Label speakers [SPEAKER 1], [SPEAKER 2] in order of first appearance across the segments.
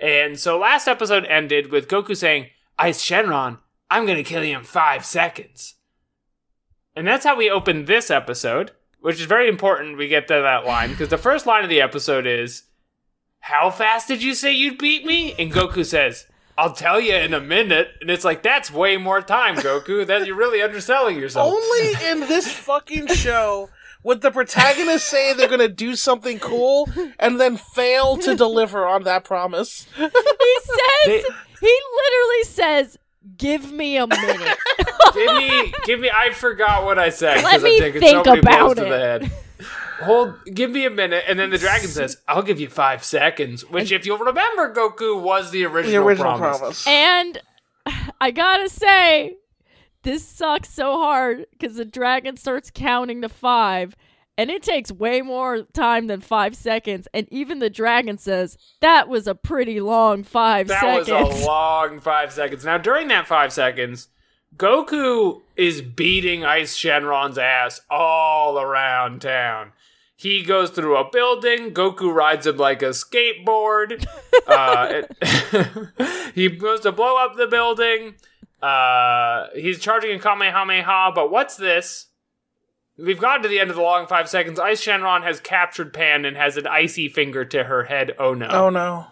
[SPEAKER 1] And so last episode ended with Goku saying, Ice Shenron, I'm gonna kill you in five seconds. And that's how we open this episode, which is very important we get to that line, because the first line of the episode is, How fast did you say you'd beat me? And Goku says, I'll tell you in a minute. And it's like, that's way more time, Goku. That you're really underselling yourself.
[SPEAKER 2] Only in this fucking show would the protagonist say they're going to do something cool and then fail to deliver on that promise.
[SPEAKER 3] He says
[SPEAKER 1] They-
[SPEAKER 3] he literally says, "Give me a minute."
[SPEAKER 1] give me, give me. I forgot what I said
[SPEAKER 3] Let
[SPEAKER 1] because I'm
[SPEAKER 3] me
[SPEAKER 1] taking
[SPEAKER 3] think
[SPEAKER 1] so many blows
[SPEAKER 3] about
[SPEAKER 1] to the
[SPEAKER 3] it.
[SPEAKER 1] head. Hold, give me a minute, and then the dragon says, "I'll give you five seconds." Which, if you'll remember, Goku was the original,
[SPEAKER 2] The original
[SPEAKER 1] promise.
[SPEAKER 2] promise.
[SPEAKER 3] and I gotta say, this sucks so hard because the dragon starts counting to five, and it takes way more time than five seconds. And even the dragon says that was a pretty long five
[SPEAKER 1] That
[SPEAKER 3] seconds.
[SPEAKER 1] was a long five seconds. Now, during that five seconds, Goku is beating Ice Shenron's ass all around town. He goes through a building. Goku rides him like a skateboard. uh, it- he goes to blow up the building. Uh, he's charging a Kamehameha, but what's this? We've gotten to the end of the long five seconds. Ice Shenron has captured Pan and has an icy finger to her head. Oh no.
[SPEAKER 2] oh no.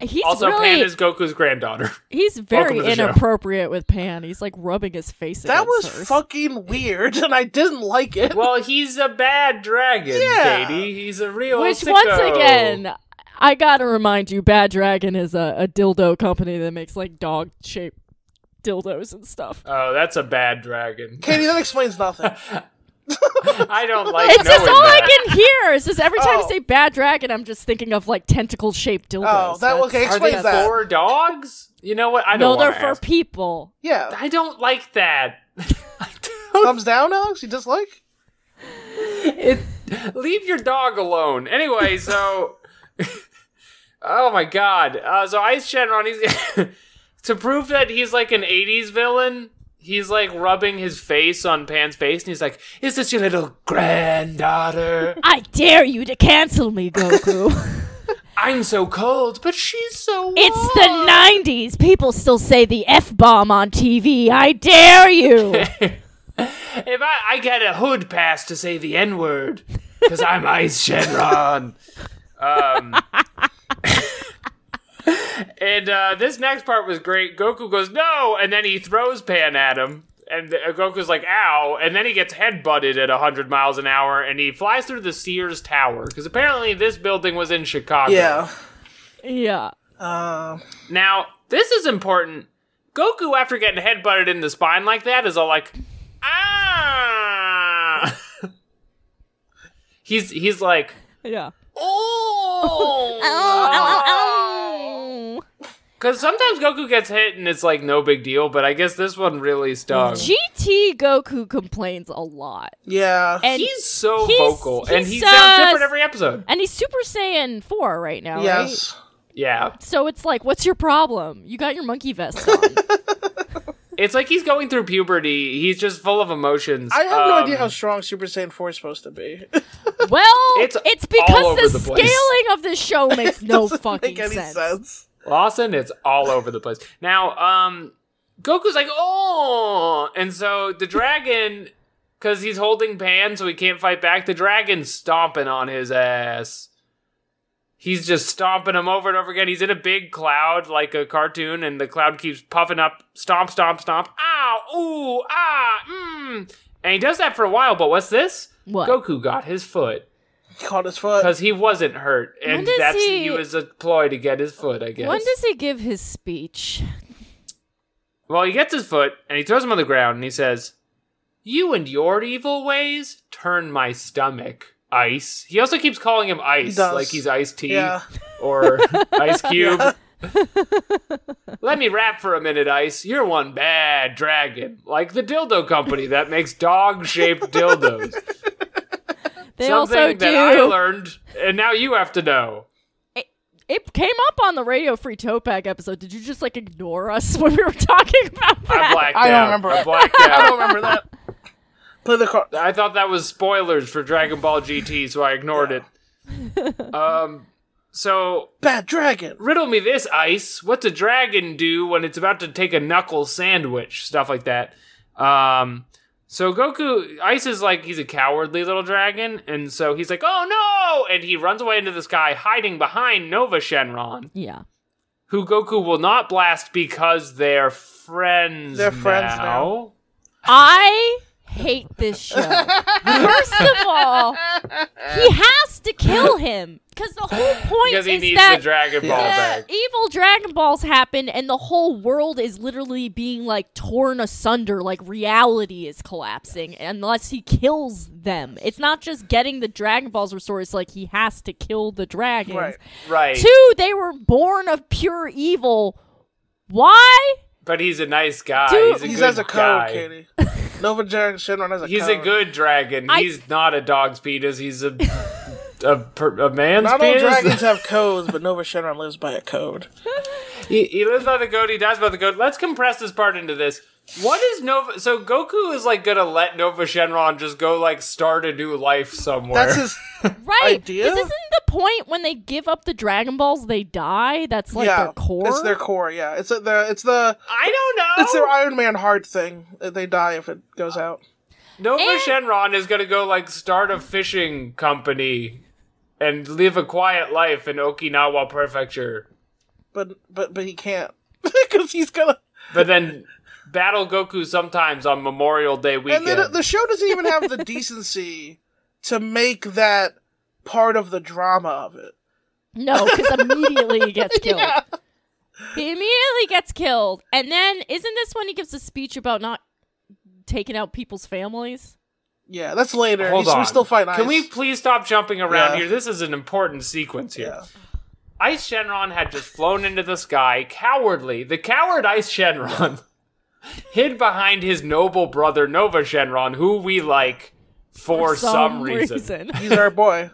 [SPEAKER 3] He's
[SPEAKER 1] also,
[SPEAKER 3] really
[SPEAKER 1] Pan is Goku's granddaughter.
[SPEAKER 3] he's
[SPEAKER 1] Welcome
[SPEAKER 3] very
[SPEAKER 1] to the show.
[SPEAKER 3] inappropriate with Pan. He's like rubbing his face.
[SPEAKER 2] That
[SPEAKER 3] against
[SPEAKER 2] was
[SPEAKER 3] hers.
[SPEAKER 2] fucking weird and I didn't like it.
[SPEAKER 1] Well, he's a bad dragon,
[SPEAKER 2] Yeah.
[SPEAKER 1] Katie. He's a real
[SPEAKER 3] Which
[SPEAKER 1] sicko.
[SPEAKER 3] once again, I gotta remind you, Bad Dragon is a, a dildo company that makes like dog shaped dildos and stuff.
[SPEAKER 1] Oh, that's a bad dragon.
[SPEAKER 2] Katie, that explains nothing.
[SPEAKER 1] I don't like
[SPEAKER 3] It's
[SPEAKER 1] knowing
[SPEAKER 3] just all
[SPEAKER 1] that.
[SPEAKER 3] I can hear. It's just every time
[SPEAKER 2] Oh.
[SPEAKER 3] you say Bad Dragon, I'm just thinking of like tentacle shaped dildos.
[SPEAKER 2] Oh, that
[SPEAKER 3] That's-
[SPEAKER 2] okay.
[SPEAKER 1] Are they
[SPEAKER 2] Explain that.
[SPEAKER 1] for dogs? You know what? I don't
[SPEAKER 3] No, they're
[SPEAKER 1] wanna
[SPEAKER 3] for
[SPEAKER 1] ask.
[SPEAKER 3] people.
[SPEAKER 2] Yeah.
[SPEAKER 1] I don't like that. I don't-
[SPEAKER 2] Thumbs down, Alex. You dislike?
[SPEAKER 1] Leave your dog alone. Anyway, so. oh my god. Uh, so Ice Shenron, he's. to prove that he's like an 80s villain, he's like rubbing his face on Pan's face and he's like, Is this your little granddaughter?
[SPEAKER 3] I dare you to cancel me, Goku.
[SPEAKER 1] I'm so cold, but she's so.
[SPEAKER 3] it's the
[SPEAKER 1] warm."
[SPEAKER 3] 90s. People still say the F bomb on TV. I dare you.
[SPEAKER 1] If I, I get a hood pass to say the N word, because I'm Ice Shenron. Um, and uh, this next part was great. Goku goes, no! And then he throws Pan at him. And uh, Goku's like, ow. And then he gets headbutted at 100 miles an hour and he flies through the Sears Tower. Because apparently this building was in Chicago.
[SPEAKER 2] Yeah.
[SPEAKER 3] yeah.
[SPEAKER 2] Um,
[SPEAKER 1] Now, this is important. Goku, after getting headbutted in the spine like that, is all like, ah. he's he's like,
[SPEAKER 3] Yeah. Oh.
[SPEAKER 1] because sometimes Goku gets hit and it's like no big deal, but I guess this one really stung.
[SPEAKER 3] GT Goku complains a lot.
[SPEAKER 2] yeah.
[SPEAKER 3] And
[SPEAKER 1] He's so
[SPEAKER 3] He's-
[SPEAKER 1] vocal, and he
[SPEAKER 3] he's,
[SPEAKER 1] sounds
[SPEAKER 3] uh,
[SPEAKER 1] different every episode.
[SPEAKER 3] and he's Super Saiyan 4 right now, right?
[SPEAKER 2] Yes.
[SPEAKER 1] Yeah,
[SPEAKER 3] So it's like, what's your problem? You got your monkey vest on.
[SPEAKER 1] it's like he's going through puberty. He's just full of emotions.
[SPEAKER 2] I have no
[SPEAKER 1] Um,
[SPEAKER 2] idea how strong Super Saiyan 4 is supposed to be.
[SPEAKER 3] well,
[SPEAKER 1] It's
[SPEAKER 3] it's,
[SPEAKER 1] all over
[SPEAKER 3] because the,
[SPEAKER 1] the place.
[SPEAKER 3] scaling of this show makes no
[SPEAKER 2] Doesn't
[SPEAKER 3] fucking
[SPEAKER 2] make any sense.
[SPEAKER 3] sense.
[SPEAKER 1] Lawson, it's all over the place. Now, um, Goku's like, oh, and so the dragon, because he's holding Pan, so he can't fight back. The dragon's stomping on his ass. He's just stomping him over and over again. He's in a big cloud, like a cartoon, and the cloud keeps puffing up, stomp, stomp, stomp. Ow, ooh, ah, mmm. And he does that for a while, but what's this?
[SPEAKER 3] What?
[SPEAKER 1] Goku got his foot
[SPEAKER 2] He caught his foot.
[SPEAKER 1] because he wasn't hurt, and
[SPEAKER 3] does
[SPEAKER 1] that's
[SPEAKER 3] he-
[SPEAKER 1] he was a ploy to get his foot, I guess.
[SPEAKER 3] When does he give his speech?
[SPEAKER 1] Well, he gets his foot and he throws him on the ground and he says, You and your evil ways turn my stomach. Ice. He also keeps calling him Ice,
[SPEAKER 2] He does.
[SPEAKER 1] like he's Ice Tea
[SPEAKER 2] Yeah.
[SPEAKER 1] or Ice Cube. Let me rap for a minute, Ice. You're one bad dragon, like the dildo company that makes dog shaped dildos.
[SPEAKER 3] They
[SPEAKER 1] Something
[SPEAKER 3] also
[SPEAKER 1] that I
[SPEAKER 3] do.
[SPEAKER 1] learned, and now you have to know.
[SPEAKER 3] It came up on the Radio Free Topag episode. Did you just like ignore us when we were talking about that?
[SPEAKER 1] I blacked
[SPEAKER 2] I don't
[SPEAKER 1] out.
[SPEAKER 2] remember
[SPEAKER 1] I
[SPEAKER 2] it.
[SPEAKER 1] blacked out.
[SPEAKER 2] I don't remember that. Play the card.
[SPEAKER 1] I thought that was spoilers for Dragon Ball GT, so I ignored it. Um, So
[SPEAKER 2] Bad dragon.
[SPEAKER 1] riddle me this, Ice. What's a dragon do when it's about to take a knuckle sandwich? Stuff like that. Um, so Goku, Ice is like he's a cowardly little dragon, and so he's like, "Oh no!" and he runs away into the sky, hiding behind Nova Shenron,
[SPEAKER 3] Yeah.
[SPEAKER 1] who Goku will not blast because they're friends.
[SPEAKER 2] They're friends
[SPEAKER 3] I hate this show. First of all, he has to kill him because the whole point
[SPEAKER 1] because he
[SPEAKER 3] is
[SPEAKER 1] needs
[SPEAKER 3] that
[SPEAKER 1] the Dragon Ball
[SPEAKER 2] Yeah.
[SPEAKER 1] back.
[SPEAKER 3] the evil Dragon Balls happen, and the whole world is literally being like torn asunder. Like reality is collapsing unless he kills them. It's not just getting the Dragon Balls restored; it's like he has to kill the dragons.
[SPEAKER 2] Right.
[SPEAKER 1] Right,
[SPEAKER 3] Two, they were born of pure evil. Why?
[SPEAKER 1] but he's a nice guy.
[SPEAKER 3] Dude,
[SPEAKER 1] he's a
[SPEAKER 2] He's
[SPEAKER 1] good
[SPEAKER 2] as a code,
[SPEAKER 1] guy.
[SPEAKER 2] Katie. Nova Dragon Shenron has a
[SPEAKER 1] He's
[SPEAKER 2] code.
[SPEAKER 1] a good dragon.
[SPEAKER 3] I-
[SPEAKER 1] He's not a dog's penis. He's a a, per, a man's
[SPEAKER 2] Not all
[SPEAKER 1] penis.
[SPEAKER 2] dragons have codes, but Nova Shenron lives by a code.
[SPEAKER 1] he, he lives by the goat. He dies by the goat. Let's compress this part into this. What is Nova? So Goku is like gonna let Nova Shenron just go like start a new life somewhere.
[SPEAKER 2] That's his.
[SPEAKER 3] Right.
[SPEAKER 2] idea?
[SPEAKER 3] This isn't the point when they give up the Dragon Balls, they die. That's like
[SPEAKER 2] yeah,
[SPEAKER 3] their core.
[SPEAKER 2] It's their core. Yeah, it's the it's the
[SPEAKER 1] I don't know.
[SPEAKER 2] it's their Iron Man heart thing. Uh, They die if it goes out.
[SPEAKER 1] Nova
[SPEAKER 3] And-
[SPEAKER 1] Shenron is gonna go like start a fishing company and live a quiet life in Okinawa Prefecture.
[SPEAKER 2] But but but he can't because he's gonna.
[SPEAKER 1] But then battle Goku sometimes on Memorial Day
[SPEAKER 2] And
[SPEAKER 1] weekend.
[SPEAKER 2] then the show doesn't even have the decency to make that part of the drama of it.
[SPEAKER 3] No, because immediately he gets killed. He immediately gets killed. And then isn't this when he gives a speech about not taking out people's families?
[SPEAKER 2] Yeah, that's later.
[SPEAKER 1] Hold
[SPEAKER 2] He's-
[SPEAKER 1] on.
[SPEAKER 2] We still fight Ice.
[SPEAKER 1] Can we please stop jumping around
[SPEAKER 2] Yeah.
[SPEAKER 1] here? This is an important sequence here.
[SPEAKER 2] Yeah.
[SPEAKER 1] Ice Shenron had just flown into the sky, cowardly. The coward Ice Shenron hid behind his noble brother Nova Shenron, who we like for, some, reason.
[SPEAKER 2] He's our boy.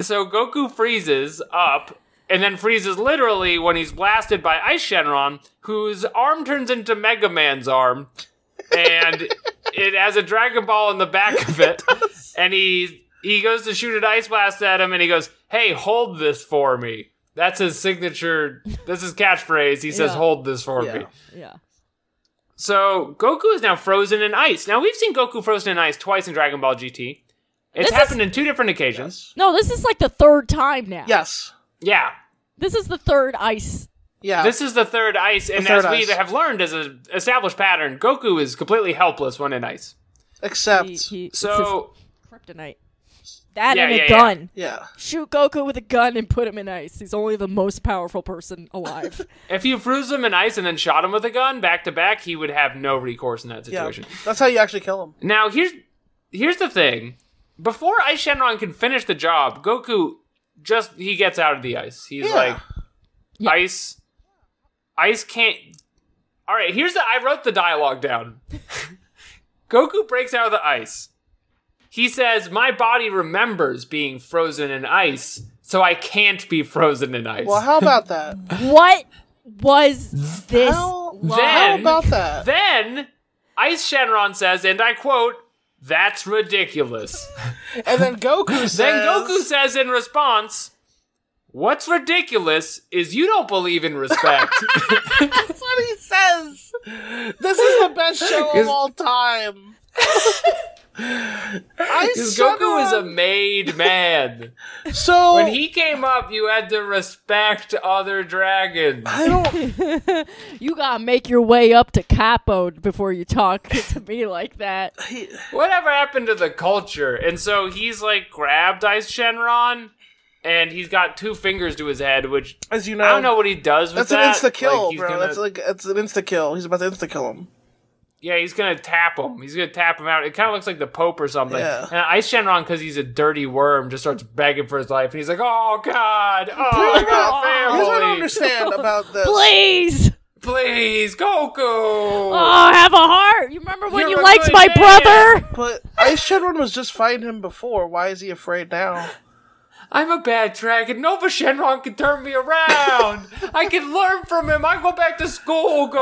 [SPEAKER 1] So Goku freezes up and then freezes literally when he's blasted by Ice Shenron, whose arm turns into Mega Man's arm. And it has a Dragon Ball in the back of it. and he he goes to shoot an ice blast at him and he goes, Hey, hold this for me. That's his signature that's his catchphrase. He says,
[SPEAKER 3] Yeah.
[SPEAKER 1] Hold this for
[SPEAKER 2] Yeah.
[SPEAKER 1] me.
[SPEAKER 3] yeah.
[SPEAKER 1] So Goku is now frozen in ice. Now we've seen Goku frozen in ice twice in Dragon Ball GT. It's
[SPEAKER 3] This is-
[SPEAKER 1] happened in two different occasions.
[SPEAKER 3] No, this is like the third time now.
[SPEAKER 2] Yes.
[SPEAKER 1] Yeah.
[SPEAKER 3] This is the third ice.
[SPEAKER 2] Yeah.
[SPEAKER 1] This is the third ice, and
[SPEAKER 2] third
[SPEAKER 1] as we
[SPEAKER 2] ice.
[SPEAKER 1] have learned as an established pattern, Goku is completely helpless when in ice.
[SPEAKER 2] except
[SPEAKER 3] He, he, this
[SPEAKER 1] So
[SPEAKER 3] is kryptonite. That
[SPEAKER 1] Yeah,
[SPEAKER 3] and a
[SPEAKER 1] yeah, yeah.
[SPEAKER 3] gun.
[SPEAKER 2] yeah.
[SPEAKER 3] Shoot Goku with a gun and put him in ice. He's only the most powerful person alive.
[SPEAKER 1] if you froze him in ice and then shot him with a gun back to back, he would have no recourse in that
[SPEAKER 2] Yeah.
[SPEAKER 1] situation.
[SPEAKER 2] That's how you actually kill him.
[SPEAKER 1] Now here's here's the thing: before Ice Shenron can finish the job, Goku just he gets out of the ice. He's
[SPEAKER 2] Yeah.
[SPEAKER 1] like,
[SPEAKER 3] Yeah.
[SPEAKER 1] ice, ice can't. All right, here's the. I wrote the dialogue down. Goku breaks out of the ice. He says, "My body remembers being frozen in ice, so I can't be frozen in ice."
[SPEAKER 2] Well, how about that?
[SPEAKER 3] what was this?
[SPEAKER 2] how, how
[SPEAKER 1] Then-
[SPEAKER 2] about that?
[SPEAKER 1] Then Ice Shenron says, and I quote, "That's ridiculous."
[SPEAKER 2] and then Goku says.
[SPEAKER 1] Then Goku says in response, What's ridiculous is you don't believe in respect.
[SPEAKER 2] That's what he says. This is the best show of all time. I
[SPEAKER 1] Because Goku is a made man.
[SPEAKER 2] so
[SPEAKER 1] When he came up, you had to respect other dragons.
[SPEAKER 2] I don't.
[SPEAKER 3] You gotta make your way up to Capo before you talk to me like that.
[SPEAKER 2] He,
[SPEAKER 1] Whatever happened to the culture? And so he's like grabbed Ice Shenron, and he's got two fingers to his head, which
[SPEAKER 2] as you know,
[SPEAKER 1] I don't know what he does with
[SPEAKER 2] Oh. that's
[SPEAKER 1] that.
[SPEAKER 2] an insta kill,
[SPEAKER 1] Like, he's
[SPEAKER 2] bro.
[SPEAKER 1] gonna-
[SPEAKER 2] That's like that's an insta kill. He's about to insta kill him.
[SPEAKER 1] Yeah, he's gonna tap him. He's gonna tap him out. It kind of looks like the Pope or something.
[SPEAKER 2] Yeah.
[SPEAKER 1] And Ice Shenron, because he's a dirty worm, just starts begging for his life, and he's like, "Oh God, oh I got a
[SPEAKER 2] Here's what I don't
[SPEAKER 1] family,
[SPEAKER 2] understand about this.
[SPEAKER 3] Please!
[SPEAKER 1] please,
[SPEAKER 3] Oh,
[SPEAKER 1] Goku."
[SPEAKER 3] have a heart! You remember when
[SPEAKER 1] You're a
[SPEAKER 3] you liked
[SPEAKER 1] good
[SPEAKER 3] my
[SPEAKER 1] man.
[SPEAKER 3] brother?
[SPEAKER 2] But Ice Shenron was just fighting him before. Why is he afraid now?
[SPEAKER 1] I'm a bad dragon. Nova Shenron can turn me around. I can learn from him. I go back to school, Goku.
[SPEAKER 2] Oh,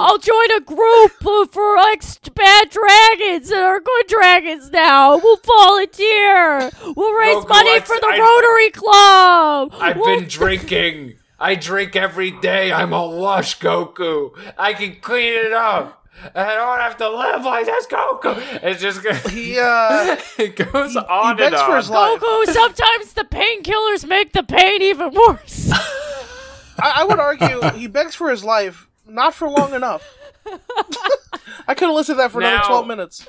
[SPEAKER 3] Uh, I'll join a group uh, for ex bad dragons and our good dragons now. We'll volunteer. We'll raise
[SPEAKER 1] Goku,
[SPEAKER 3] money
[SPEAKER 1] I-
[SPEAKER 3] for the
[SPEAKER 1] I-
[SPEAKER 3] Rotary Club.
[SPEAKER 1] I've
[SPEAKER 3] We'll-
[SPEAKER 1] been drinking. I drink every day. I'm a lush Goku. I can clean it up. I don't have to live like this Goku. It's just gonna,
[SPEAKER 2] He, uh,
[SPEAKER 1] it goes
[SPEAKER 2] he
[SPEAKER 1] on and
[SPEAKER 2] begs
[SPEAKER 1] on.
[SPEAKER 2] for his life.
[SPEAKER 3] Goku, sometimes the painkillers make the pain even worse.
[SPEAKER 2] I, I would argue he begs for his life, not for long enough. I could have listened to that for
[SPEAKER 1] Now-
[SPEAKER 2] another 12 minutes.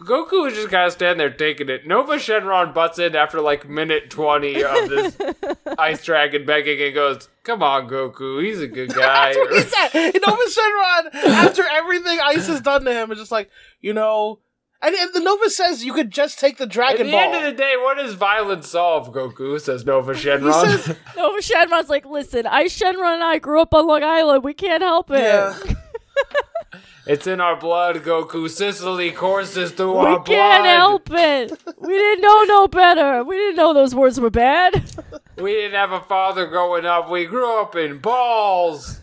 [SPEAKER 1] Goku is just kind of standing there taking it. Nova Shenron butts in after like minute 20 of this ice dragon begging and goes, Come on, Goku. He's a good guy.
[SPEAKER 2] That's what he said. Nova Shenron, after everything Ice has done to him, is just like, you know. And, and the Nova says you could just take the
[SPEAKER 1] At the
[SPEAKER 2] Dragon
[SPEAKER 1] end of
[SPEAKER 2] Ball.
[SPEAKER 1] the day, what does violence solve, Goku? Says Nova
[SPEAKER 2] he
[SPEAKER 1] Shenron.
[SPEAKER 2] says,
[SPEAKER 3] Nova Shenron's like, listen, I Shenron and I grew up on Long Island. We can't help it.
[SPEAKER 2] yeah.
[SPEAKER 1] It's in our blood, Goku. Sicily courses through
[SPEAKER 3] We
[SPEAKER 1] our blood.
[SPEAKER 3] can't help it. We didn't know no better. We didn't know those words were bad.
[SPEAKER 1] We didn't have a father growing up. We grew up in balls.